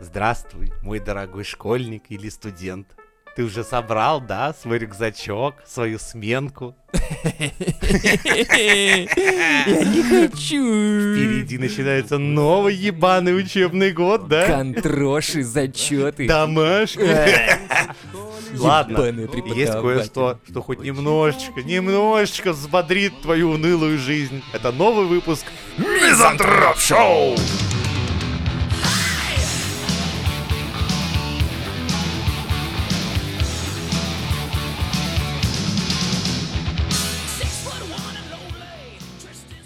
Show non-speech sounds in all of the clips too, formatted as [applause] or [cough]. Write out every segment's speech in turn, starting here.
Здравствуй, мой дорогой школьник или студент. Ты уже собрал, да, свой рюкзачок, свою сменку? Я не хочу. Впереди начинается новый ебаный учебный год, да? Контроши, зачеты. Домашка. Ладно, Ебаные есть преподаватели. кое-что, что хоть немножечко, немножечко взбодрит твою унылую жизнь. Это новый выпуск Мизантроп Шоу!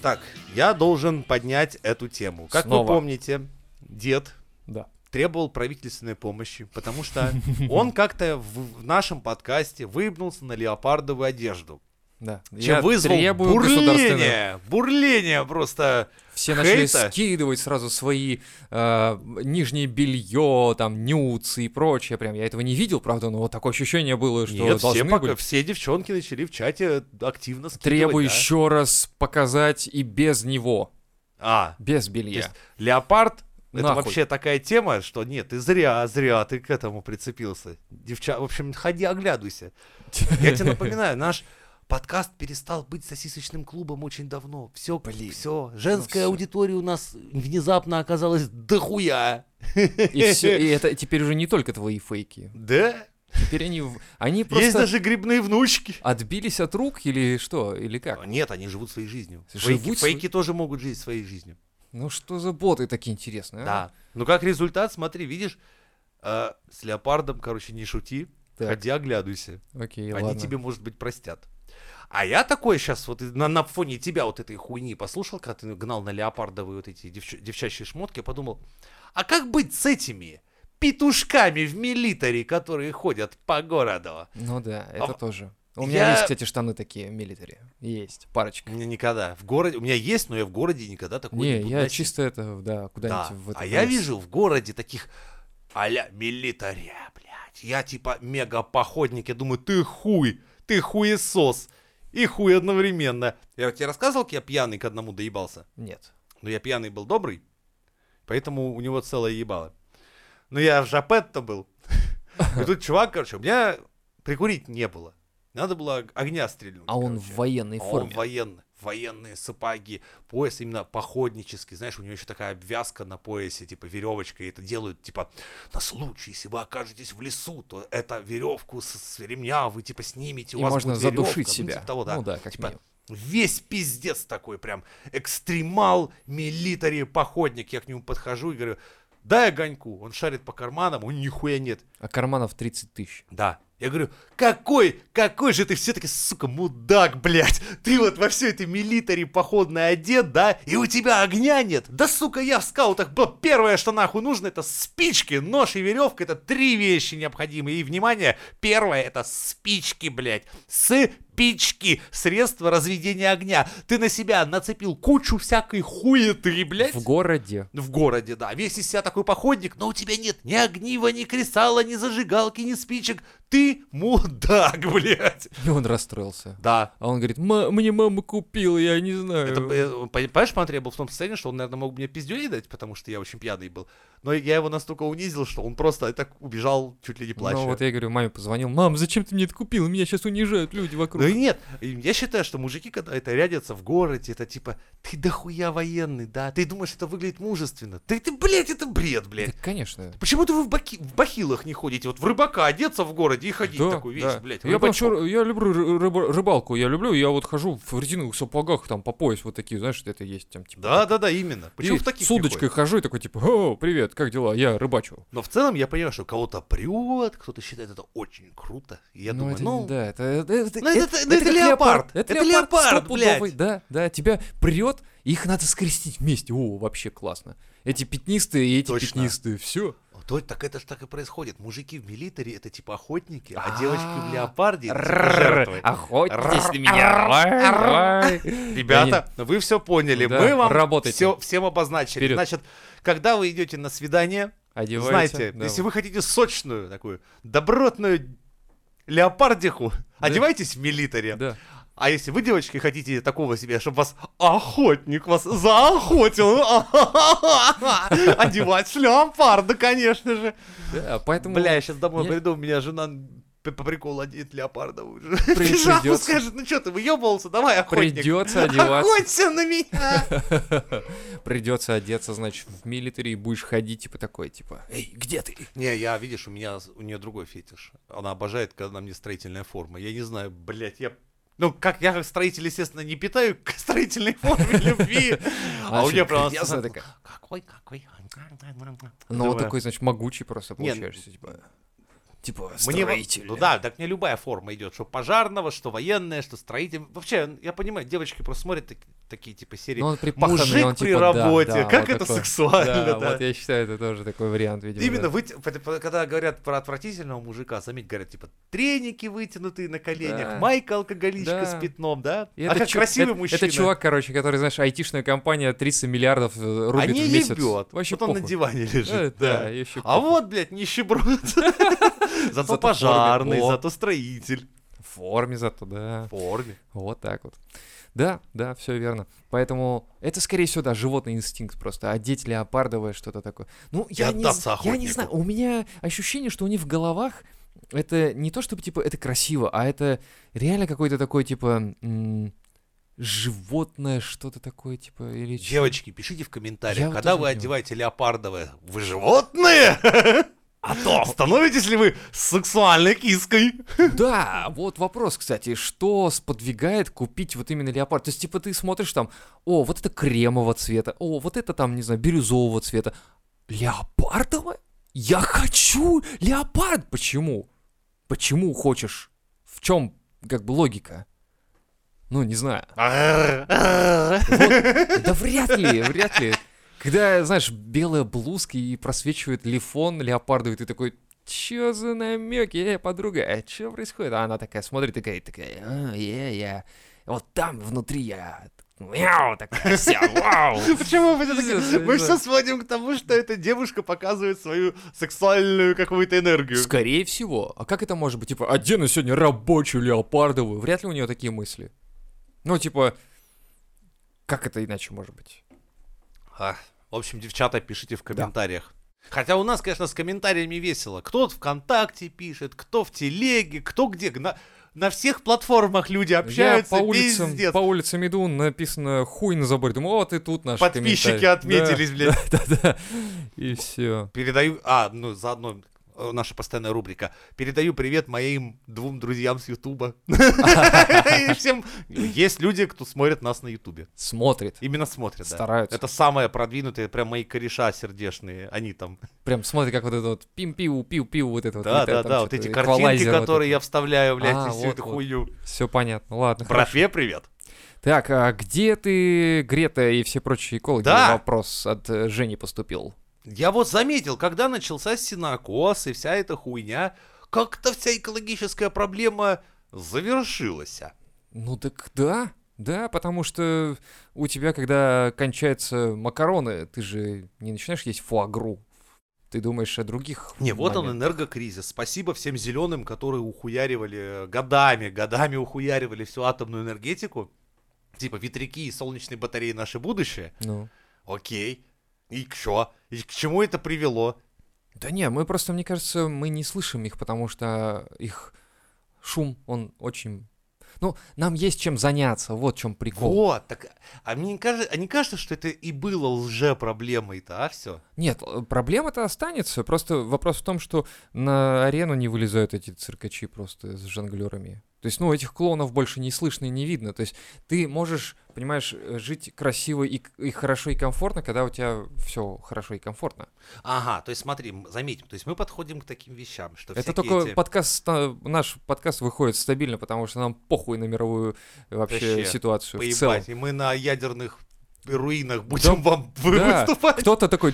Так, я должен поднять эту тему. Как вы Снова. помните, дед Да. требовал правительственной помощи, потому [laughs] что он как-то в, в нашем подкасте выебнулся на леопардовую одежду. Да. Чем Я вызвал требую государственного. бурление, бурление просто. Все начали хейта. скидывать сразу свои э, нижнее белье, там, нюцы и прочее. Прям я этого не видел, правда, но вот такое ощущение было, что Нет, все, должны пока- были. все девчонки начали в чате активно скидывать. Требую да. еще раз показать и без него, А, без то белья. есть леопард это Нахуй. вообще такая тема, что нет, ты зря, зря ты к этому прицепился. Девча, в общем, ходи, оглядывайся. Я тебе напоминаю, наш подкаст перестал быть сосисочным клубом очень давно. Все, Блин, Ну все. Женская всё. аудитория у нас внезапно оказалась дохуя. И, всё- и это теперь уже не только твои фейки. Да? Теперь они, в- они просто Есть даже грибные внучки. отбились от рук или что, или как? Нет, они живут своей жизнью. Живут фейки, свой- фейки тоже могут жить своей жизнью. Ну что за боты такие интересные? а? Да. Ну как результат, смотри, видишь, э, с леопардом, короче, не шути, Так. ходи оглядывайся. Окей, Они ладно. тебе, может быть, простят. А я такой сейчас вот и на, на фоне тебя вот этой хуйни послушал, когда ты гнал на леопардовые вот эти девч- девчачьи шмотки, я подумал, а как быть с этими петушками в милитаре, которые ходят по городу? Ну да, это А, тоже. У меня я- есть, кстати, штаны такие, милитари. Есть, У парочка. меня никогда в городе, у меня есть, но я в городе никогда такой Не, буду я носить. чисто это, да, Да. куда-нибудь в это А я полез. вижу в городе таких а-ля милитаря, блядь. Я типа мега походник, я думаю, ты хуй, ты хуесос и хуй одновременно. Я вот тебе рассказывал, как я пьяный к одному доебался? Нет. Но я пьяный был добрый, поэтому у него целое ебало. Но я в Жапетто был. [laughs] И тут чувак, короче, у меня прикурить не было. Надо было огня стрельнуть. А он Ну, короче. в военной А Он форме. военный. Военные сапоги, пояс именно походнический, знаешь, у него еще такая обвязка на поясе, типа веревочка, и это делают, типа, на случай, если вы окажетесь в лесу, то это веревку с, с ремня вы, типа, снимете, у И вас можно будет веревка. задушить Ну, себя. типа того, да. Ну да, как Типа, минимум. Весь пиздец такой прям, экстремал, милитари, походник. Я к нему подхожу и говорю, дай огоньку. Он шарит по карманам, у него нихуя нет. А карманов 30 тысяч. Да. Я говорю, какой, какой же ты все-таки, сука, мудак, блядь. Ты вот во все это милитари походное одет, да, и у тебя огня нет. Да, сука, я в скаутах был. Первое, что нахуй нужно, это спички, нож и веревка. Это три вещи необходимые. И, внимание, первое, это спички, блядь. Спички. Средство разведения огня. Ты на себя нацепил кучу всякой хуеты, блядь. В городе. В городе, да. Весь из себя такой походник, но у тебя нет ни огнива, ни кресала, ни зажигалки, ни спичек. Ты мудак, [laughs] блядь. И он расстроился. Да. А он говорит, «Ма- мне мама купила, я не знаю. Это, э, пон- понимаешь, Пантре был в том состоянии, что он, наверное, мог мне пиздюлей дать, потому что я очень пьяный был. Но я его настолько унизил, что он просто так убежал, чуть ли не плача. Ну вот я говорю, маме позвонил, мам, зачем ты мне это купил? Меня сейчас унижают люди вокруг. Ну и нет, И я считаю, что мужики, когда это рядятся в городе, это типа, ты дохуя военный, да, ты думаешь, это выглядит мужественно. Ты, ты, блядь, это бред, блядь. Да, конечно. Почему-то вы в, баки- в бахилах не ходите? Вот в рыбака одеться в городе и ходить Да, такую вещь, да. блядь. Я, рыбачок. почему- я люблю ры- рыба- рыбалку, я люблю, я вот хожу в резиновых сапогах, там по пояс вот такие, знаешь, это есть там типа. Да, да, да, именно. Почему И в таких с не удочкой ходят? хожу и такой типа, о, привет, как дела, я рыбачу. Но в целом я понимаю, что кого-то прет, кто-то считает это очень круто. И я Ну, думаю, это, ну, да, это, это, это, ну, это- это- это как леопард, Это, это леопард, стопудовый, блядь. Да, да, тебя прет, их надо скрестить вместе. О, вообще классно. Эти пятнистые и эти Точно. пятнистые, все. то- так это же так и происходит. Мужики в милитаре это типа охотники, а, А. девочки в леопарде это типа жертвы. Охотитесь на меня. Ой, ой. Ребята, вы все поняли. Ну Да, Мы вам работайте. всё- всем обозначили. Вперед. Значит, когда вы идете на свидание, Одевайте. знаете, да, если вы хотите сочную такую, добротную леопардиху, Да. одевайтесь в милитаре. Да. А если вы, девочки, хотите такого себе, чтобы вас охотник вас заохотил, [laughs] одевать леопарда, конечно же. Да, поэтому... Бля, я сейчас домой я- приду, у меня жена п- по приколу оденет леопарда уже. [laughs] Придётся. Пижаму скажет, ну что ты выебывался, давай охотник. Придется одеваться, Охоться на меня. придется одеться, значит, в милитари и будешь ходить, типа, такой, типа, эй, где ты? Не, я, видишь, у меня, у нее другой фетиш. Она обожает, когда на мне строительная форма. Я не знаю, блядь, я... Ну, как я как строитель, естественно, не питаю к [laughs] строительной форме любви. А у Очень меня прям... она интересная смотрит, такая. Какой, какой... Ну, вот Думаю, такой, значит, могучий просто Не, ну- получаешься, типа... Типа, Мне во- строитель. Ну да, так мне любая форма идет, что пожарного, что военная, что строитель. Вообще, я понимаю, девочки просто смотрят так- такие типа серии. Ну, он припаханный, Мужик он, при типа, да, работе, да, как вот это такой. сексуально, да. Да, вот я считаю, это тоже такой вариант, видимо. Именно да. выт- вот, вот, когда говорят про отвратительного мужика, заметь, говорят типа треники вытянутые на коленях, Да. майка алкоголичка Да. с пятном, да? И а как чу- красивый это- мужчина. Это чувак, короче, который, знаешь, айтишная компания 30 миллиардов э, а рубит не в месяц. ебет. Вообще вот он на похуй. диване Э, лежит. да, да. еще А похуй. вот, блядь, [laughs] нищеброд. Зато Зато в форме. пожарный, О. зато строитель. В форме зато, да. В форме. Вот так вот. Да, да, все верно. Поэтому это, скорее всего, да, животный инстинкт просто. Одеть леопардовое что-то такое. Ну, И я не, отдаться з- я не охотнику. знаю. У меня ощущение, что у них в головах это не то, чтобы, типа, это красиво, а это реально какое-то такое, типа, м, животное что-то такое, типа, или... чё- Девочки, пишите в комментариях, Я вот когда тоже вы не понимаю. одеваете леопардовое, вы животные? [laughs] А то становитесь ли вы сексуальной киской? Да, вот вопрос, кстати, что сподвигает купить вот именно леопард? То есть, типа, ты смотришь там, о, вот это кремового цвета, о, вот это там, не знаю, бирюзового цвета. Леопардовое? Я хочу леопард! Почему? Почему хочешь? В чем, как бы, логика? Ну, не знаю. [laughs] Да вряд ли, вряд ли. Когда, знаешь, белая блузка и просвечивает лифон леопардовый, ты такой, чё за намеки, эй, подруга, а чё происходит? А она такая смотрит, такая, такая, «А, я, я, вот там внутри я, мяу, такая вся, вау. Ну, Почему вы Пиздец, такие? Мы да. все сводим к тому, что эта девушка показывает свою сексуальную какую-то энергию. [laughs] Скорее всего. А как это может быть? Типа, одену сегодня рабочую леопардовую. Вряд ли у нее такие мысли. Ну, типа, как это иначе может быть? А, В общем, девчата, пишите в комментариях. Хотя у нас, конечно, с комментариями весело. Кто в ВКонтакте пишет, кто в Телеге, кто где. На, на всех платформах люди общаются. Я по улицам, пиздец. по улицам иду, написано хуй на заборе. Думаю, о, ты тут наш Подписчики комментарий». отметились, [laughs] блядь. Да, да, да. И все. Передаю... А, ну, заодно э, наша постоянная рубрика. Передаю привет моим двум друзьям с [laughs] Ютуба. И всем... Есть люди, кто смотрит нас на Ютубе. Смотрит. Именно смотрят, да. Стараются. Это самые продвинутые, прям мои кореша сердечные. Они там. Прям смотрит, как вот это вот пим-пиу, пиу-пиу, вот это вот. Да, да, да. Вот эти картинки, которые я вставляю, блядь, А, и всю вот, эту вот. хуйню. Все понятно, ладно. хорошо. Братве, привет. Так, а где ты, Грета и все прочие экологи? Да. Вопрос от э, Жени поступил. Я вот заметил, когда начался синокос и вся эта хуйня, как-то вся экологическая проблема завершилась. Ну так да, да, потому что у тебя, когда кончаются макароны, ты же не начинаешь есть фуагру. Ты думаешь о других Не, вот он моментах. энергокризис. Спасибо всем зеленым, которые ухуяривали э, годами, годами ухуяривали всю атомную энергетику. Типа ветряки и солнечные батареи наше будущее. Ну. Окей. И к чё? И к чему это привело? Да не, мы просто, мне кажется, мы не слышим их, потому что их шум, он очень... Ну, нам есть чем заняться, вот в чем прикол. Вот, так. А мне не кажется, а не кажется, что это и было лже проблемой-то, а все? Нет, э, проблема-то останется, просто вопрос в том, что на арену не вылезают эти циркачи просто с жонглерами. То есть, ну, этих клоунов больше не слышно и не видно. То есть, ты можешь, понимаешь, э, жить красиво и, к- и хорошо и комфортно, когда у тебя все хорошо и комфортно. Ага, то есть смотри, м, заметим, то есть мы подходим к таким вещам, что Это всякие только эти- подкаст, ста- наш подкаст выходит стабильно, потому что нам похуй на мировую э, вообще Вообще, ситуацию в целом. поебать, и мы на ядерных руинах будем вам вы- Да, выступать. Кто-то такой,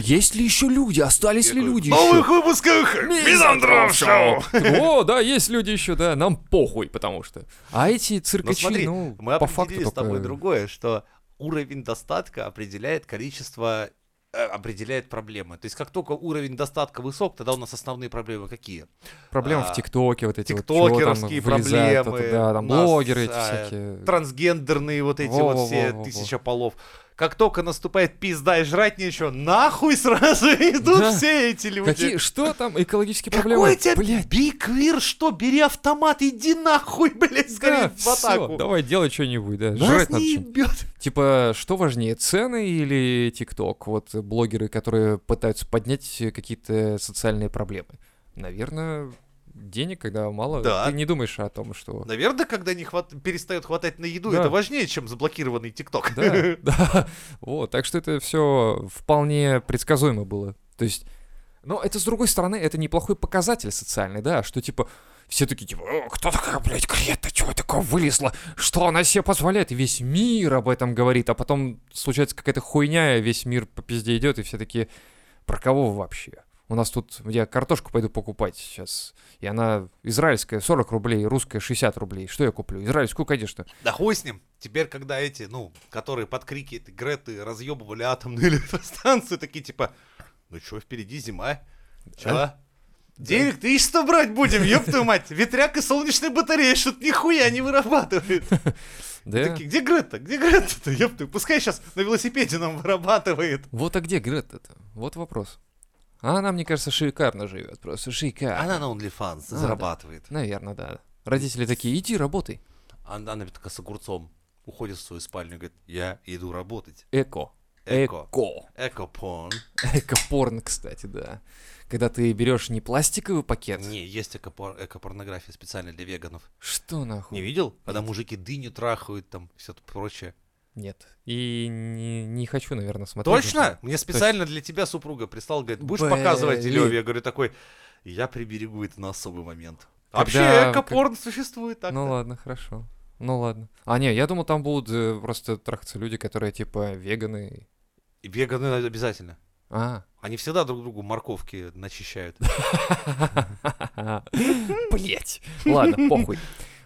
есть ли еще люди, остались ли Я говорю, «А люди В новых еще? выпусках Мизантроп Шоу! О, да, есть люди еще, да, нам похуй, потому что. А эти Ну циркачи, смотри, ну, мы по факту определили с тобой только... другое, что уровень достатка определяет количество э, это определяет проблемы. То есть как только уровень достатка высок, тогда у нас основные проблемы какие? Проблемы А, в ТикТоке, вот эти вот, чё там Тиктокеровские вылезает, проблемы, это, да, там нас, блогеры эти а, всякие. Трансгендерные вот эти вот все Э, Во-во-во-во-во. тысяча полов. Как только наступает пизда и жрать нечего, нахуй сразу [laughs] идут Да. все эти люди. Какие, [laughs] что там, экологические Какой проблемы? у тебя Блядь, биквир, что? Бери автомат, иди нахуй, [laughs] блядь, скорее да, в атаку. всё, давай делай что-нибудь, да, Нас жрать надо не что-нибудь. ебёт. Типа, что важнее, цены или ТикТок? Вот э, блогеры, которые пытаются поднять э, какие-то социальные проблемы. Наверное, денег, когда мало, Да. ты не думаешь о том, что... Наверное, когда не хват... перестает хватать на еду, Да. это важнее, чем заблокированный ТикТок. Да, [laughs] да. Вот, так что это все вполне предсказуемо было. То есть, но это, с другой стороны, это неплохой показатель социальный, да, что, типа, все такие, типа, «О, кто такая, блядь, Крета, чего такое вылезла? Что она себе позволяет? И весь мир об этом говорит, а потом случается какая-то хуйня, и весь мир по пизде идет, и все такие, про кого вы вообще? У нас тут, я картошку пойду покупать сейчас, и она израильская 40 рублей, русская 60 рублей. Что я куплю? Израильскую, конечно. Да хуй с ним. Теперь, когда эти, ну, которые под крики этой Греты разъебывали атомную [laughs] электростанцию, такие типа, ну чё, впереди зима, чё? Денег ты что брать будем, ёб твою мать, ветряк и солнечные батареи что-то нихуя не вырабатывает. Да? Такие, где Грета, где Грета-то, ёб твою, пускай сейчас на велосипеде нам вырабатывает. Вот а где Грета-то? Вот вопрос. А она, мне кажется, шикарно живет, просто шикарно. Она на OnlyFans А, да. зарабатывает. Наверное, да. Родители такие, иди работай. Она, она такая с огурцом уходит в свою спальню и говорит, я иду работать. Эко. Э, Эко. Эко. Эко-порн. Эко-порн, кстати, да. Когда ты берешь не пластиковый пакет. Не, есть эко-пор- эко-порнография специально для веганов. Что нахуй? Не видел? Когда мужики дыню трахают, там, все прочее. Нет. И не, не хочу, наверное, смотреть. Точно? Мне специально для тебя супруга прислал, говорит, будешь Блин. показывать Леве? Я говорю, такой, я приберегу это на особый момент. Когда- Вообще, эко-порн существует так Ну ладно, хорошо. Ну ладно. А, не, я думал, там будут э, просто трахаться люди, которые типа веганы. И веганы обязательно. А. Они всегда друг другу морковки начищают. [laughs] Блять. Ладно, похуй.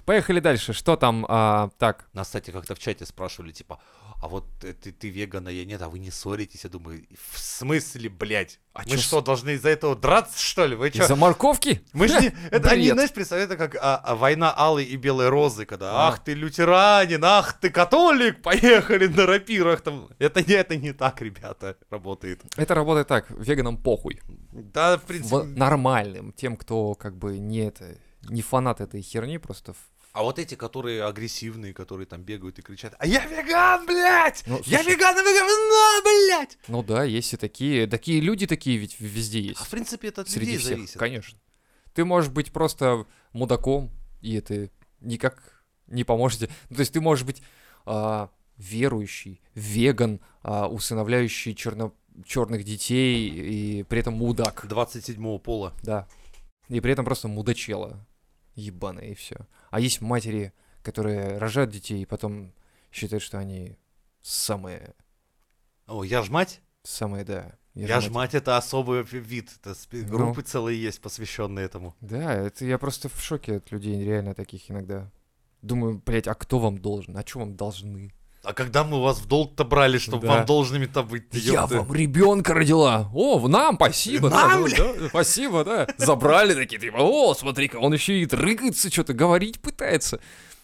Поехали дальше. Что там? а, так, Нас, кстати, как-то в чате спрашивали, типа, а вот э, ты, ты веган, а я нет, а вы не ссоритесь? Я думаю, в смысле, блядь? А Мы чё что, должны из-за этого драться, что ли? Вы чё? Из-за морковки? Мы ж не... [laughs] Это они, Бред. знаешь, представляют, это как а, а, война Алой и Белой Розы, когда А. «Ах, ты лютеранин, ах, ты католик, поехали на рапирах!» там. Это не, это не так, ребята, работает. Это работает так, веганам похуй. Да, в принципе... В- нормальным, тем, кто как бы не это, не фанат этой херни, просто... в- А вот эти, которые агрессивные, которые там бегают и кричат «А я веган, блядь! Ну, я слушай. веган, а вы говно, блядь!» А Ну да, есть и такие, такие люди такие ведь в- везде есть. А в принципе это от среди людей всех, зависит. конечно. Ты можешь быть просто мудаком, и это никак не поможет. тебе. Ну, то есть ты можешь быть а, верующий, веган, а, усыновляющий черно черных детей, и при этом мудак. 27 пола. Да. И при этом просто мудачела. Ебаная, и все. А есть матери, которые рожают детей и потом считают, что они самые, О, я ж мать? самые, да. Я, ж же мать. мать это особый вид. Это спе- Ну. группы целые есть, посвященные этому. Да, это я просто в шоке от людей, реально таких иногда. Думаю, блядь, а кто вам должен? А что вам должны? А когда мы вас в долг-то брали, чтобы Да. вам должными-то быть? Я ёпты? вам ребенка родила. О, в- нам, спасибо. да, Нам, ну, да, спасибо, да. Забрали такие, типа, о, смотри-ка, он еще и дрыгается, что-то говорить пытается.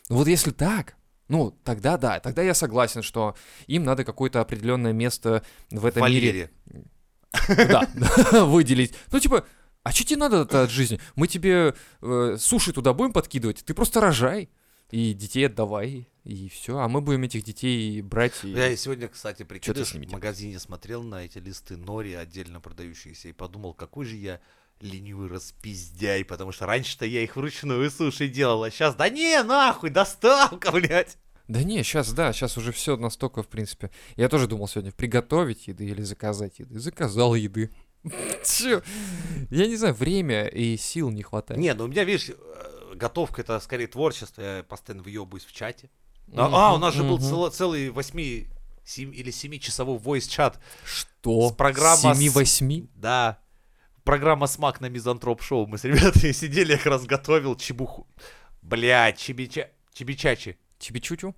Ну вот если так, ну тогда да, тогда я согласен, что им надо какое-то определенное место в этом мире Валерия. да, [laughs] выделить. Ну типа, а что тебе надо от жизни? Мы тебе э, суши туда будем подкидывать, ты просто рожай и детей отдавай, и все. А мы будем этих детей брать и... Я и сегодня, кстати, прикидыш, ними в делаешь? магазине смотрел на эти листы нори, отдельно продающиеся, и подумал, какой же я ленивый распиздяй, потому что раньше-то я их вручную суши делал, а сейчас, да не, нахуй, доставка, [laughs] блядь. Да не, сейчас, да, сейчас уже все настолько, в принципе. Я тоже думал сегодня приготовить еды или заказать еды. Заказал еды. [laughs] Все. Я не знаю, время и сил не хватает. Не, ну у меня, видишь, э, готовка это скорее творчество, я постоянно въебываюсь в чате. Мгм, А, а, у нас же был мгм. цело- целый восьми сем- или семичасовой voice-чат. Что? с программа с- 7-8? Да. Программа «Смак» на Мизантроп-шоу. Мы с ребятами [laughs] сидели, я как раз готовил чебуху. Бля, чебича... чебичачи. Тебе чучу?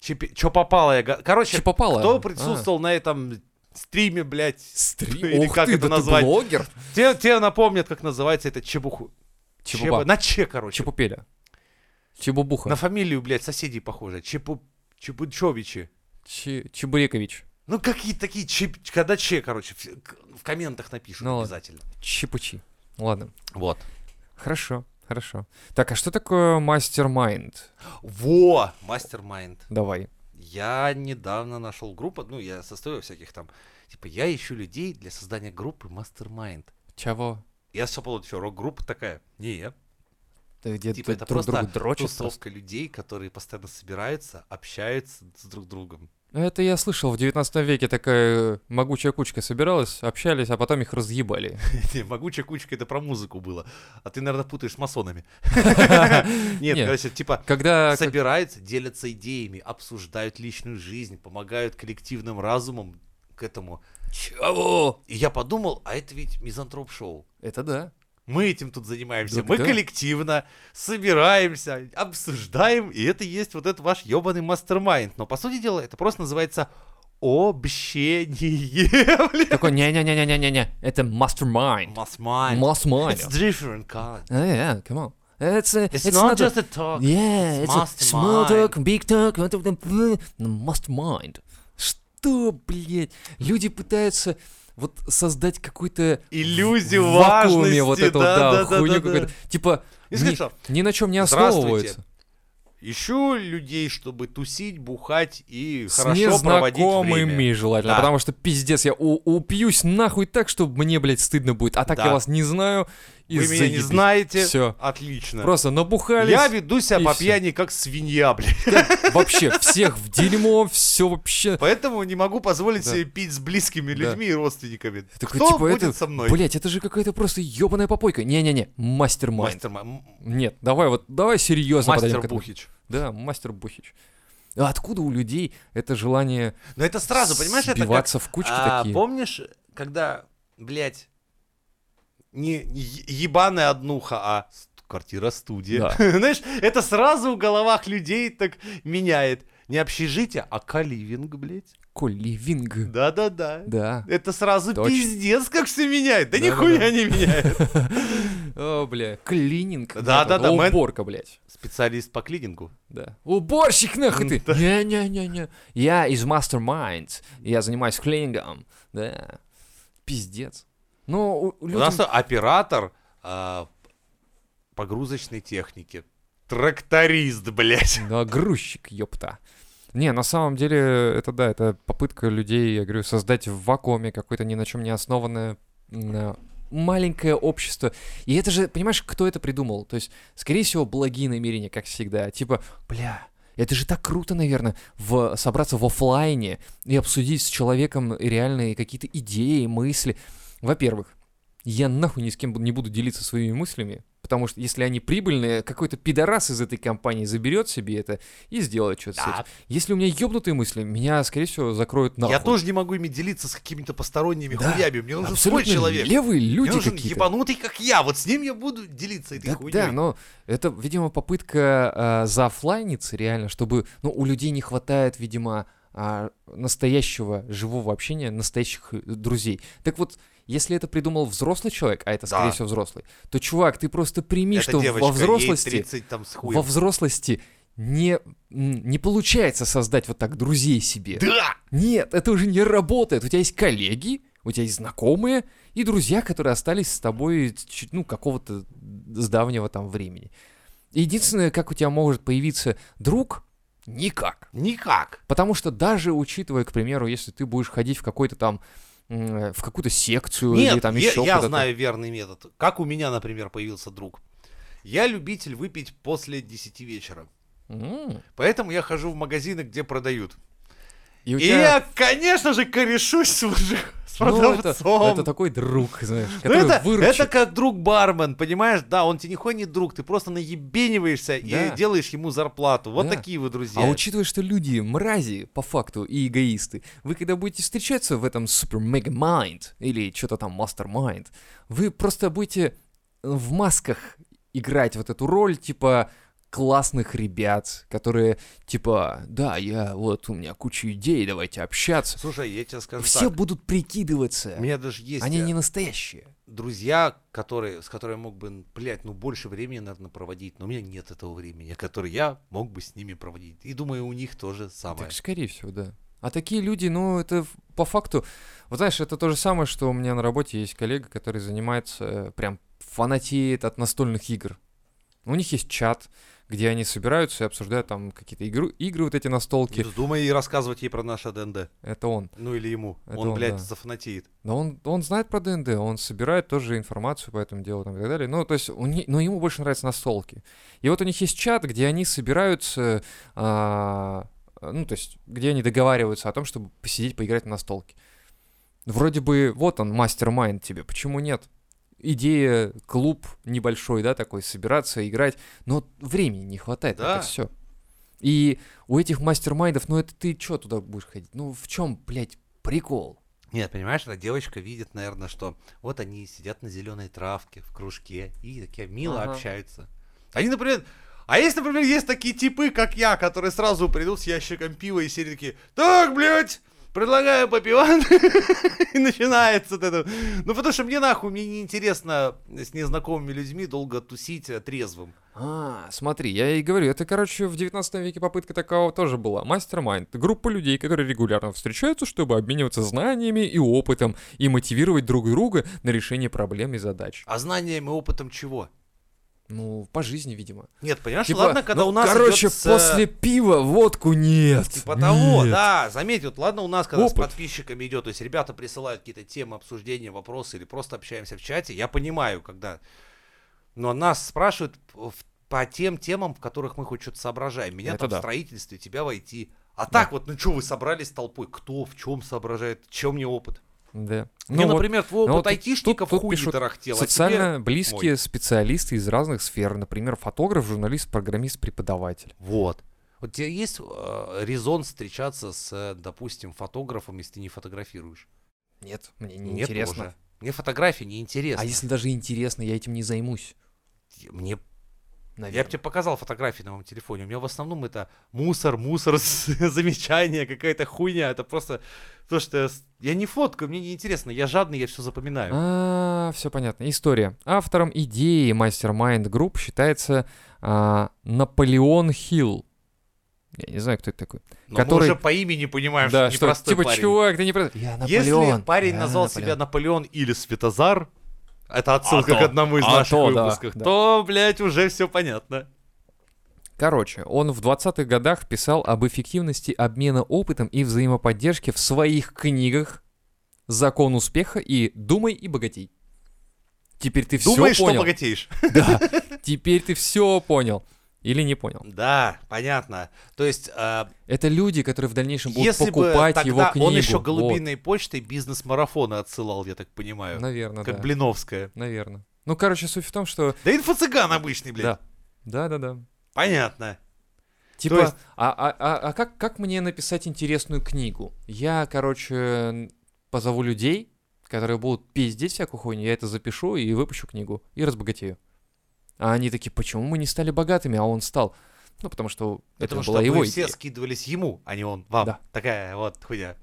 Чепи... Чё попало я... го- Короче, Че попало? кто А. присутствовал на этом стриме, блядь. Стрим. Или Ух как ты, это да назвать? ты блогер. Те, те напомнят, как называется это чебуху. Чебуба. Чеба- На че, короче. Чебупеля. Чебубуха. На фамилию, блядь, соседей похоже. Чепу... Чебучовичи. Че- Чебурекович. Ну, какие такие чеп... Когда че, короче, в, к- в комментах напишут Ну ладно. обязательно. Чепучи. Ладно. Вот. Хорошо, хорошо. Так, а что такое мастер-майнд? Во! Мастер-майнд. Давай. Я недавно нашел группу, ну, я состою всяких там, типа, я ищу людей для создания группы Мастер-майнд. Чего? Я все понял, что рок-группа такая. Не, я. Ты где Типа, типа это друг просто другу дрочат? просто? тусовка людей, которые постоянно собираются, общаются с друг другом. [laughs] Ну, Это я слышал, в 19 веке такая могучая кучка собиралась, общались, а потом их разъебали. [laughs] Не, могучая кучка это про музыку было. А ты, наверное, путаешь с масонами. Нет, Нет. короче, типа Когда... как- собираются, делятся идеями, обсуждают личную жизнь, помогают коллективным разумом к этому. Чего? И я подумал, а это ведь мизантроп-шоу. Это да. Мы этим тут занимаемся. Так Мы да. коллективно собираемся, обсуждаем, и это и есть вот этот ваш ебаный мастер-майнд. Но, по сути дела, это просто называется общение, [laughs] блин. Такой, не-не-не-не-не-не, это мастер-майнд. Мастер-майнд. It's Мастер-майнд. different, kind. Yeah, come on. It's, uh, It's, it's not, a- just a talk. It's Yeah, it's a small mastermind. talk, big talk, вот это вот, э, mastermind. Что, блядь? Люди пытаются вот создать какую-то Иллюзию в вакууме вот важности, эту, да, да, да, да, хуйню да, какую-то. Типа, И сказать, ни- что ни на чем не Здравствуйте. основывается. ищу людей, чтобы тусить, бухать и С хорошо проводить время. незнакомыми желательно, Да. потому что пиздец, я у- упьюсь нахуй так, что мне, блядь, стыдно будет. А так Да. я вас не знаю и Вы меня не знаете. Все. Отлично. Просто набухались. Я веду себя и по всё. пьяни как свинья, блядь. Вообще, всех в дерьмо, все вообще. Поэтому не могу позволить Да. себе пить с близкими Да. людьми и родственниками. Такой, Кто типа, будет это- со мной? Блять, это же какая-то просто ебаная попойка. Не-не-не, мастер-майнд. Мастер, м- Нет, давай вот, давай серьезно подойдем мастер к этому. Бухич. Да, мастер Бухич. А откуда у людей это желание Но Ну, это сразу, понимаешь, это как... сбиваться в кучки А, такие? помнишь, когда, блядь, не е- ебаная однуха, а с- квартира-студия. [laughs] Знаешь, это сразу в головах людей так меняет. Не общежитие, а каливинг, блядь. Коливинг. Да-да-да. Да. Это сразу Точно. пиздец, как все меняет. Да, Да-да-да. нихуя не меняет. О, бля, клининг. Да, да, да, мэн- Уборка, блядь. Специалист по клинингу. Да. Уборщик, нахуй ты! Не-не-не-не. Я из Mastermind. Я занимаюсь клинингом. Да. Пиздец. Но у- у У нас людей... оператор а, погрузочной техники. Тракторист, блядь. Да, грузчик, ёпта. Не, на самом деле, это да, это попытка людей, я говорю, создать в вакууме какое-то ни на чем не основанное м, маленькое общество. И это же, понимаешь, кто это придумал? То есть, скорее всего, благие намерения, как всегда. Типа, бля, это же так круто, наверное, в, собраться в оффлайне и обсудить с человеком реальные какие-то идеи, мысли. Во-первых, я нахуй ни с кем бу- не буду делиться своими мыслями, потому что если они прибыльные, какой-то пидорас из этой компании заберет себе это и сделает что-то с Да. этим. Если у меня ёбнутые мысли, меня, скорее всего, закроют нахуй. Я тоже не могу ими делиться с какими-то посторонними Да. хуями. Мне нужен свой Абсолютно человек. левые люди Мне нужен какие-то. ебанутый, как я. Вот с ним я буду делиться этой Да, хуйней. да, но это, видимо, попытка э, заоффлайниться реально, чтобы, ну, у людей не хватает, видимо, а, настоящего живого общения, настоящих э, друзей. Так вот, если это придумал взрослый человек, а это, скорее Да. всего, взрослый, то, чувак, ты просто прими, Эта что девочка, во ей взрослости, 30 там с хуем. во взрослости не, м, не получается создать вот так друзей себе. Да! Нет, это уже не работает. У тебя есть коллеги, у тебя есть знакомые и друзья, которые остались с тобой ч- ну, какого-то с давнего там времени. Единственное, как у тебя может появиться друг, никак. Никак. Потому что даже учитывая, к примеру, если ты будешь ходить в какой-то там м, в какую-то секцию или Нет, там я, еще я куда-то. знаю верный метод. Как у меня, например, появился друг. Я любитель выпить после 10 вечера. М, Поэтому я хожу в магазины, где продают. И у И тебя- я, конечно же, корешусь с, мужи- с Ну, это, продавцом. это такой друг, знаешь, Ну, который это, выручит. это как друг-бармен, понимаешь? Да, он тебе нихуя не друг, ты просто наебениваешься Да. и делаешь ему зарплату. Вот Да. такие вы друзья. А учитывая, что люди мрази, по факту, и эгоисты, вы когда будете встречаться в этом супер мега майнд или что-то там мастер майнд, вы просто будете в масках играть вот эту роль, типа классных ребят, которые типа, да, я вот, у меня куча идей, давайте общаться. Слушай, я тебе скажу Все так. будут прикидываться. У меня даже есть Они э, не настоящие. друзья, которые, с которыми я мог бы, блядь, ну больше времени, наверное, проводить. Но у меня нет этого времени, которое я мог бы с ними проводить. И думаю, у них тоже самое. Так, скорее всего, да. А такие люди, ну, это в- по факту... Вот знаешь, это то же самое, что у меня на работе есть коллега, который занимается, э, прям фанатеет от настольных игр. У них есть чат, где они собираются и обсуждают там какие-то игры, игры вот эти настолки. Не думай и рассказывать ей про наше ДНД. Это он. Ну или ему. Это он, он, блядь, да. зафанатеет. Но он, он знает про ДНД, он собирает тоже информацию по этому делу там, и так далее. Ну, то есть, у не- но ему больше нравятся настолки. И вот у них есть чат, где они собираются, а, ну, то есть, где они договариваются о том, чтобы посидеть, поиграть на настолке. Вроде бы, вот он, мастер-майнд тебе, почему нет? Идея, клуб небольшой, да, такой, собираться, играть, но времени не хватает на Да. это все. И у этих мастер-майндов, ну это ты что туда будешь ходить? Ну в чем, блядь, прикол? Нет, понимаешь, эта девочка видит, наверное, что вот они сидят на зеленой травке в кружке и такие мило Ага. общаются. Они, например, а если, например, есть такие типы, как я, которые сразу придут с ящиком пива и серии такие, так, блядь, предлагаю попиван, [laughs] и начинается вот это. Ну, потому что мне нахуй, мне неинтересно с незнакомыми людьми долго тусить э, трезвым. А, смотри, я и говорю, это, короче, в 19 веке попытка такого тоже была. Мастер-майнд. Группа людей, которые регулярно встречаются, чтобы обмениваться знаниями и опытом и мотивировать друг друга на решение проблем и задач. А знанием и опытом чего? Ну, по жизни, видимо. Нет, понимаешь, Типа, ладно, когда ну, у нас Короче, идет с, э, после пива водку нет. Типа того, Нет. да, заметь, вот ладно у нас, когда с Опыт. подписчиками идет, то есть ребята присылают какие-то темы, обсуждения, вопросы или просто общаемся в чате, я понимаю, когда... Но нас спрашивают в- по тем темам, в которых мы хоть что-то соображаем. Меня Это там да. в строительстве, тебя войти. А так вот, ну что, вы собрались толпой? Кто в чем соображает? Чем мне опыт? Да. мне, Ну вот, например, твой опыт ну вот тут- айтишников тут- тут хуй не пишут тарахтел, а тебе- социально близкие специалисты из разных сфер. Например, фотограф, журналист, программист, преподаватель. Вот. Вот тебе есть э, резон встречаться с, э, допустим, фотографом, если ты не фотографируешь? Нет, мне Мне не интересно. тоже. Мне фотографии не интересно. А если даже интересно, я этим не займусь. Мне... Я Наверное. бы тебе показал фотографии на моем телефоне. У меня в основном это мусор, мусор, [laughs] с- замечания, какая-то хуйня. Это просто то, что я с- я не фоткаю, мне не интересно. Я жадный, я все запоминаю. А, все понятно. История. Автором идеи Mastermind Group считается а, Наполеон Хилл. Я не знаю, кто это такой. Но который- мы уже по имени понимаем, да, что что, непростой типа, парень. чувак, ты не про- Я Если Наполеон. парень Я назвал себя Наполеон или Светозар, это отсылка А к то. одному из А наших то, да, выпусков, да. то, блядь, уже все понятно. Короче, он в 20-х годах писал об эффективности обмена опытом и взаимоподдержки в своих книгах «Закон успеха» и «Думай и богатей». Теперь ты все Думаешь, что понял. богатеешь? [laughs] Теперь ты все понял. Или не понял. Да, понятно. То есть, э, Это люди, которые в дальнейшем будут если бы покупать тогда его книгу. он еще голубиной почтой бизнес-марафоны отсылал, я так понимаю. Наверное, Как Ну да. Блиновская. Наверное. Ну, короче, суть в том, что... Да инфо-цыган обычный, блядь. Да. Да-да-да. Понятно. Типа, есть- а, а- а- а как, как мне написать интересную книгу? Я, короче, н- позову людей, которые будут пиздеть всякую хуйню, я это запишу и выпущу книгу, и разбогатею. А они такие, почему мы не стали богатыми, а он стал? Ну, потому что Потому это что была его вы все идея. скидывались ему, а не он вам. Да. Такая вот [laughs] хуйня.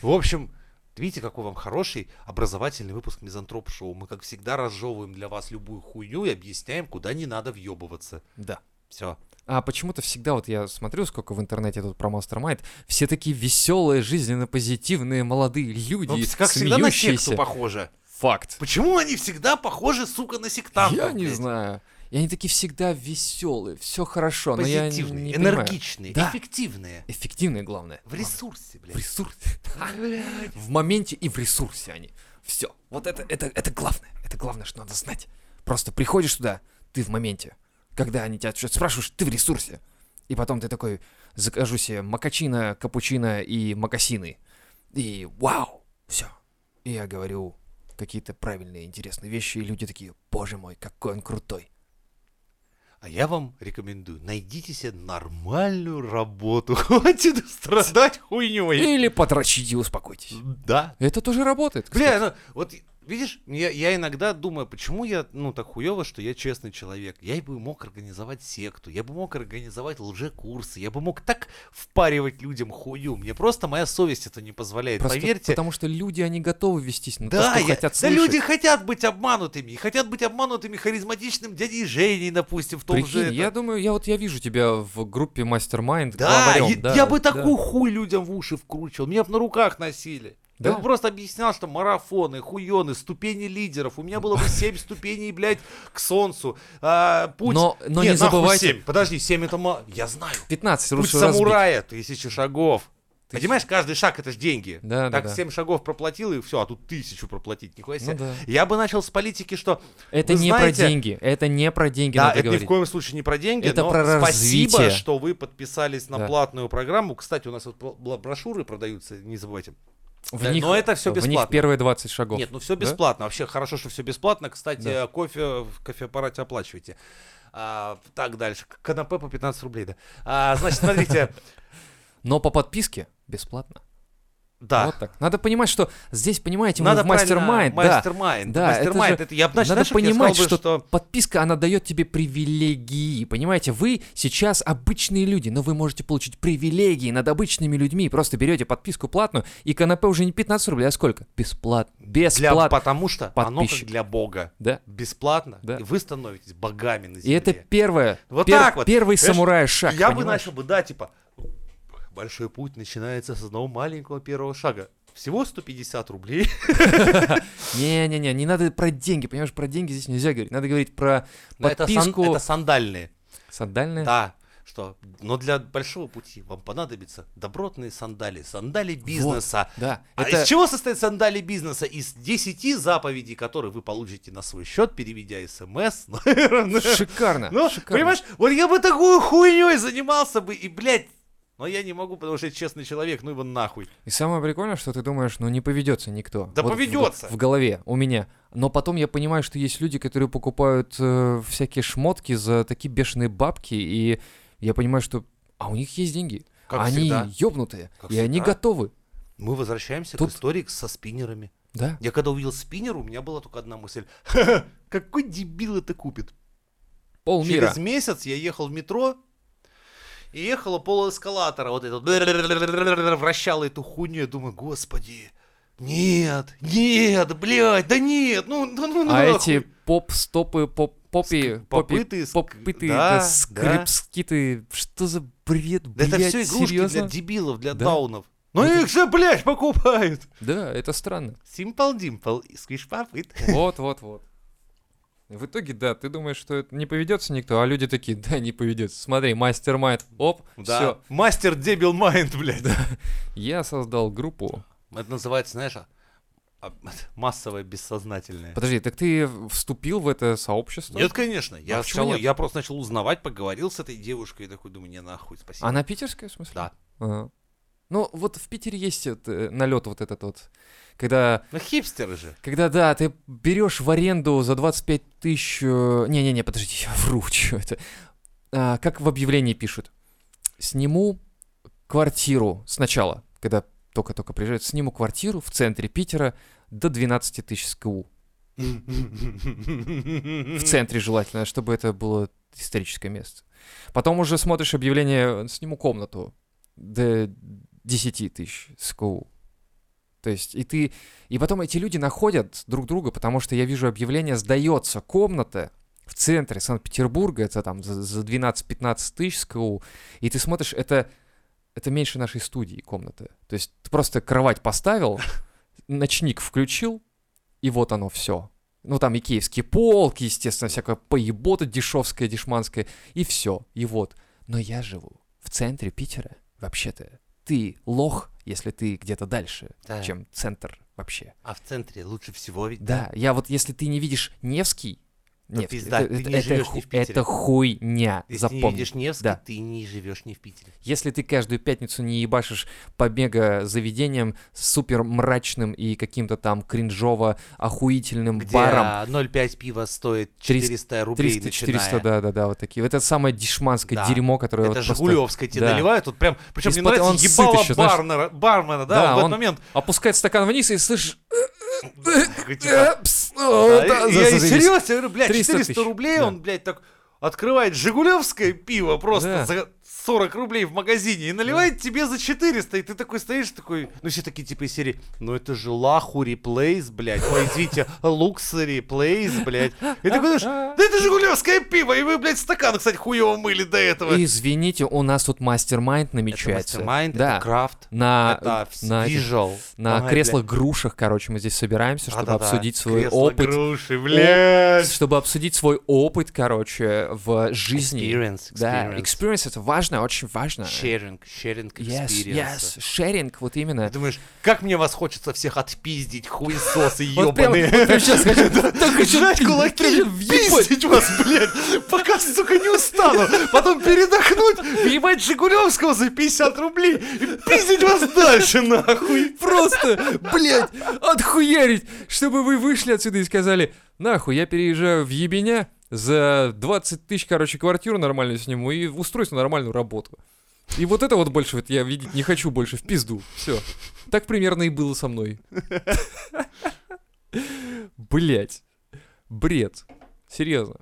В общем, видите, какой вам хороший образовательный выпуск Мизантроп-шоу. Мы, как всегда, разжевываем для вас любую хуйню и объясняем, куда не надо въебываться. Да. Все. А почему-то всегда, вот я смотрю, сколько в интернете тут про Mastermind, все такие веселые, жизненно позитивные молодые люди, Ну, как всегда на секту смеющиеся. похоже. Факт. Почему они всегда похожи, сука, на сектантов? я не блядь? знаю. И они такие всегда веселые, все хорошо, но я не, Позитивные, не понимаю. энергичные, Да. эффективные. Эффективные, главное. В ресурсе, блядь. В ресурсе. В моменте и в ресурсе они. Все. Вот это, это, это главное. Это главное, что надо знать. Просто приходишь туда, ты в моменте. Когда они тебя что-то спрашивают, ты в ресурсе. И потом ты такой, закажу себе макачино, капучино и макасины. И вау, все. И я говорю какие-то правильные, интересные вещи, и люди такие, боже мой, какой он крутой. А я вам рекомендую, найдите себе нормальную работу. [laughs] Хватит страдать хуйней. Или подрочите и успокойтесь. Да. Это тоже работает. кстати. Бля, ну, вот Видишь, я, я иногда думаю, почему я, ну, так хуево, что я честный человек. Я бы мог организовать секту, я бы мог организовать лжекурсы, я бы мог так впаривать людям хую. Мне просто моя совесть это не позволяет, Просто поверьте. Потому что люди, они готовы вестись на Да, то, что я- хотят да слышать. люди хотят быть обманутыми. И хотят быть обманутыми харизматичным дядей Женей, допустим, в том же... Прикинь, этом. я думаю, я вот я вижу тебя в группе Мастер-Майнд Да, я, главарем, да, я бы да. такую хуй людям в уши вкручивал. Меня бы на руках носили. Я Да. бы просто объяснял, что марафоны, хуёны, ступени лидеров. У меня было бы 7 ступеней, блядь, к солнцу. А, путь... Но- но не нахуй забывайте- семь. Подожди, 7 это мало. Я знаю. 15 Путь лучше разбить. самурая, тысячи шагов. Тысяч- Понимаешь, каждый шаг это же деньги. Да, да, так да. 7 шагов проплатил, и все, а тут тысячу проплатить, нихуя Ну себе. да. Я бы начал с политики, что Это Вы не знаете- про деньги, это не про деньги да, надо это ни говорить. в коем случае не про деньги, Это но про спасибо, развитие. что вы подписались на Да. платную программу. Кстати, у нас вот бла- бла- брошюры продаются, не забывайте. В Да, них- но это всё В них бесплатно. первые 20 шагов. Нет, ну все Да? бесплатно. Вообще хорошо, что все бесплатно. Кстати, Да. кофе в кофеаппарате оплачивайте. А, так дальше. К- Канапе по 15 рублей, да. А, значит, [laughs] смотрите, Но по подписке бесплатно. да. Вот так. Надо понимать, что здесь, понимаете, мы Надо в правильно- мастер-майнд, да. Мастер-майнд. Да, это Мастер-майнд. же- Это я бы, значит, Надо знаешь, вот я понимать, сказал бы, что, подписка, она дает тебе привилегии. Понимаете, вы сейчас обычные люди, но вы можете получить привилегии над обычными людьми. Просто берете подписку платную, и канапе уже не 15 рублей, а сколько? Бесплатно. для- Бесплатно. потому что оно как подписчик. для Бога. Да. Бесплатно, Да. и вы становитесь богами на земле. И это первое. Вот пер- так вот, Первый понимаешь? самурай шаг. Я бы понимаешь? начал бы, да, типа, большой путь начинается с одного маленького первого шага. Всего 150 рублей. Не-не-не, не надо про деньги, понимаешь, про деньги здесь нельзя говорить. Надо говорить про Это, сан- подписку. это сандальные. Сандальные? Да. Что? Но для большого пути вам понадобятся добротные сандали, сандали бизнеса. Да. А это... из чего состоит сандали бизнеса? Из 10 заповедей, которые вы получите на свой счет, переведя [laughs] смс. Шикарно. Ну, шикарно. понимаешь, вот я бы такую хуйней занимался бы, и, блядь, но я не могу, потому что я честный человек, ну его нахуй. И самое прикольное, что ты думаешь, ну не поведется никто. Да Вот в- поведется. В, голове у меня. Но потом я понимаю, что есть люди, которые покупают э, всякие шмотки за такие бешеные бабки, и я понимаю, что а у них есть деньги. Как они всегда. ёбнутые, Как и они всегда. готовы. Мы возвращаемся Тут- к истории со спиннерами. Да. Я когда увидел спиннер, у меня была только одна мысль. [laughs] «Ха-ха, какой дебил это купит? Полмира. Через месяц я ехал в метро, и ехала полуэскалатора, вот этот [laughs] вращала эту хуйню, я думаю, господи, нет, нет, блядь, да нет, ну, ну, ну, А нахуй». эти поп-стопы, поп-попи, Ск- попыты, ск- попыты, да, да, скрипскиты, что за бред, Да это блядь, все игрушки серьезно? для дебилов, для Да. даунов. Но Это- их же, блядь, покупают. Да, это странно. Симпл Димпл, [laughs] сквиш-папыт. Вот, вот, вот. В итоге, да, ты думаешь, что это не поведется никто, а люди такие, да, не поведется. Смотри, мастер-майнд, оп, Да, мастер дебил майнд, блядь. все. Я создал группу. Это называется, знаешь, а- а- [laughs] массовое бессознательное. Подожди, так ты вступил в это сообщество? Нет, конечно. Я А почему сначала- нет? я просто начал узнавать, поговорил с этой девушкой, и такой думаю, не нахуй, спасибо. Она питерская, А в смысле? Да. А. Ну, вот в Питере есть это, э, налет вот этот вот, когда Ну хипстеры [laughs] же. Когда, да, ты берешь в аренду за 25 тысяч... э, Не-не-не, подожди, [laughs] я вру, что это. А, как в объявлении пишут. Сниму квартиру сначала, когда только-только приезжают. Сниму квартиру в центре Питера до 12 тысяч СКУ. В В центре желательно, чтобы это было историческое место. Потом уже смотришь объявление «Сниму комнату» до 10 тысяч СКУ. То есть, и ты... И потом эти люди находят друг друга, потому что я вижу объявление «Сдается комната» в центре Санкт-Петербурга, это там за за 12-15 тысяч СКУ, и ты смотришь, это, это меньше нашей студии комнаты. То есть ты просто кровать поставил, ночник включил, и вот оно все. Ну, там и киевские полки, естественно, всякая поебота дешевская, дешманская, и все, и вот. Но я живу в центре Питера, вообще-то. Ты лох, если ты где-то дальше, Да. чем центр вообще. А в центре лучше всего ведь. Да, я вот, если ты не видишь Невский, То Невский, Ну, пизда, это, ты это- не это живёшь ху- ни в Питере. это хуйня, Если ты не запомни. видишь Невский, Да. ты не живешь не в Питере. Если ты каждую пятницу не ебашишь по мега-заведениям с супер мрачным и каким-то там кринжово-охуительным Где баром, а, 0,5 пива стоит 300, 400 рублей 300-400, начиная. да-да-да, вот такие. Это самое дешманское Да. дерьмо, которое Это вот просто Жигулевская тебе Да. наливают, вот прям, причем мне Из-под- нравится он сыт ебало ещё, знаешь. барнера, бармена, да, [laughs] Да, он в этот он- момент опускает стакан вниз и слышишь... такой, [laughs] типа, Э, пс, о, да, да, и- и Я и а, за- за- серьезно, я говорю, блядь, 300 400 тысяч, рублей, да. он, блядь, так открывает жигулевское пиво просто Да. за 40 рублей в магазине и наливает тебе за 400, и ты такой стоишь, такой, ну все такие типа из серии, ну это же лаху реплейс, блядь, ой, извините, луксери плейс, блядь. И ты думаешь, да это жигулевское пиво, и вы, блядь, стакан, кстати, хуево мыли до этого. Извините, у нас тут мастер-майнд Это намечается. мастер да. это крафт, на, это на, этих- вижал. на креслах-грушах, короче, мы здесь собираемся, чтобы обсудить свой опыт. Груши, блядь. Чтобы обсудить свой опыт, короче, в жизни. Experience, Да, experience. experience это важно, очень важно. Шеринг, шеринг Yes, yes, sharing, вот именно. Ты думаешь, как мне вас хочется всех отпиздить, [laughs] хуесосы Вот прям- ебаные. вот прям щас хочу. Так хочу Сжать кулаки, прям въебать. пиздить вас, блядь, пока, сука, не устану. Потом передохнуть, ебать Жигулевского за 50 рублей и пиздить вас дальше, нахуй. Просто, блядь, отхуярить, чтобы вы вышли отсюда и сказали, нахуй, я переезжаю в Ебеня, за 20 тысяч, короче, квартиру нормальную сниму и устроюсь на нормальную работу. И вот это вот больше вот я видеть не хочу больше, в пизду. Все. Так примерно и было со мной. Блять. Бред. Серьезно.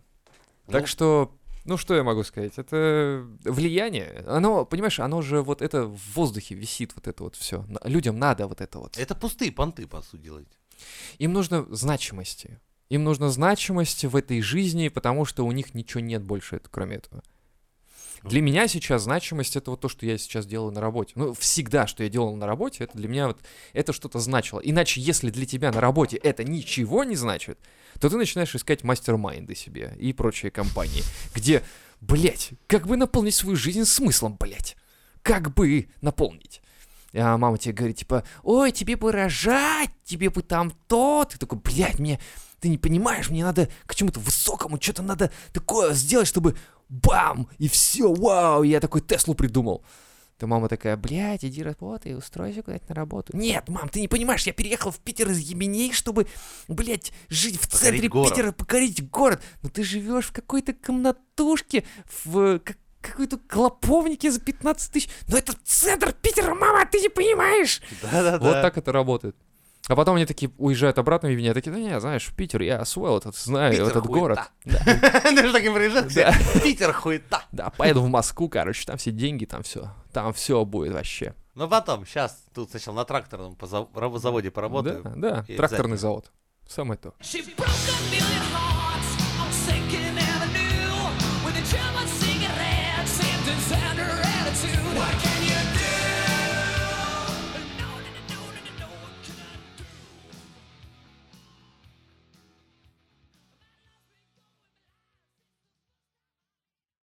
Ну. Так что, ну что я могу сказать? Это влияние. Оно, понимаешь, оно же вот это в воздухе висит, вот это вот все. Людям надо вот это вот. Это пустые понты, по сути дела. Им нужно значимости. Им нужно значимости в этой жизни, потому что у них ничего нет больше, это- кроме этого. Для меня сейчас значимость это вот то, что я сейчас делаю на работе. Ну, всегда, что я делал на работе, это для меня вот это что-то значило. Иначе, если для тебя на работе это ничего не значит, то ты начинаешь искать мастер-майнды себе и прочие компании, где, блядь, как бы наполнить свою жизнь смыслом, блядь? Как бы наполнить? А мама тебе говорит, типа, ой, тебе бы рожать, тебе бы там то. Ты такой, блядь, мне, ты не понимаешь, мне надо к чему-то высокому, что-то надо такое сделать, чтобы бам, и все, вау, я такой Теслу придумал. То мама такая, блядь, иди работай, устройся куда-нибудь на работу. Нет, мам, ты не понимаешь, я переехала в Питер из Еменей, чтобы, блядь, жить в Покорить центре город». Питера, покорить город. Но ты живешь в какой-то комнатушке, в э, как- какой-то клоповнике за 15 тысяч. Но это центр Питера, мама, ты не понимаешь! Да-да-да. Вот [laughs] так это работает. А потом они такие уезжают обратно в Евгения, такие, да не, знаешь, Питер, я освоил этот, знаю Питер этот хуета. город. Даже таким приезжают, все, Питер хуета. Да, поеду в Москву, короче, там все деньги, там все, там все будет вообще. Но Ну, потом, сейчас, тут сначала на тракторном позав- рабо- заводе поработаю. Да, да, И тракторный обязательно. завод. Самое то. She broke a million hearts.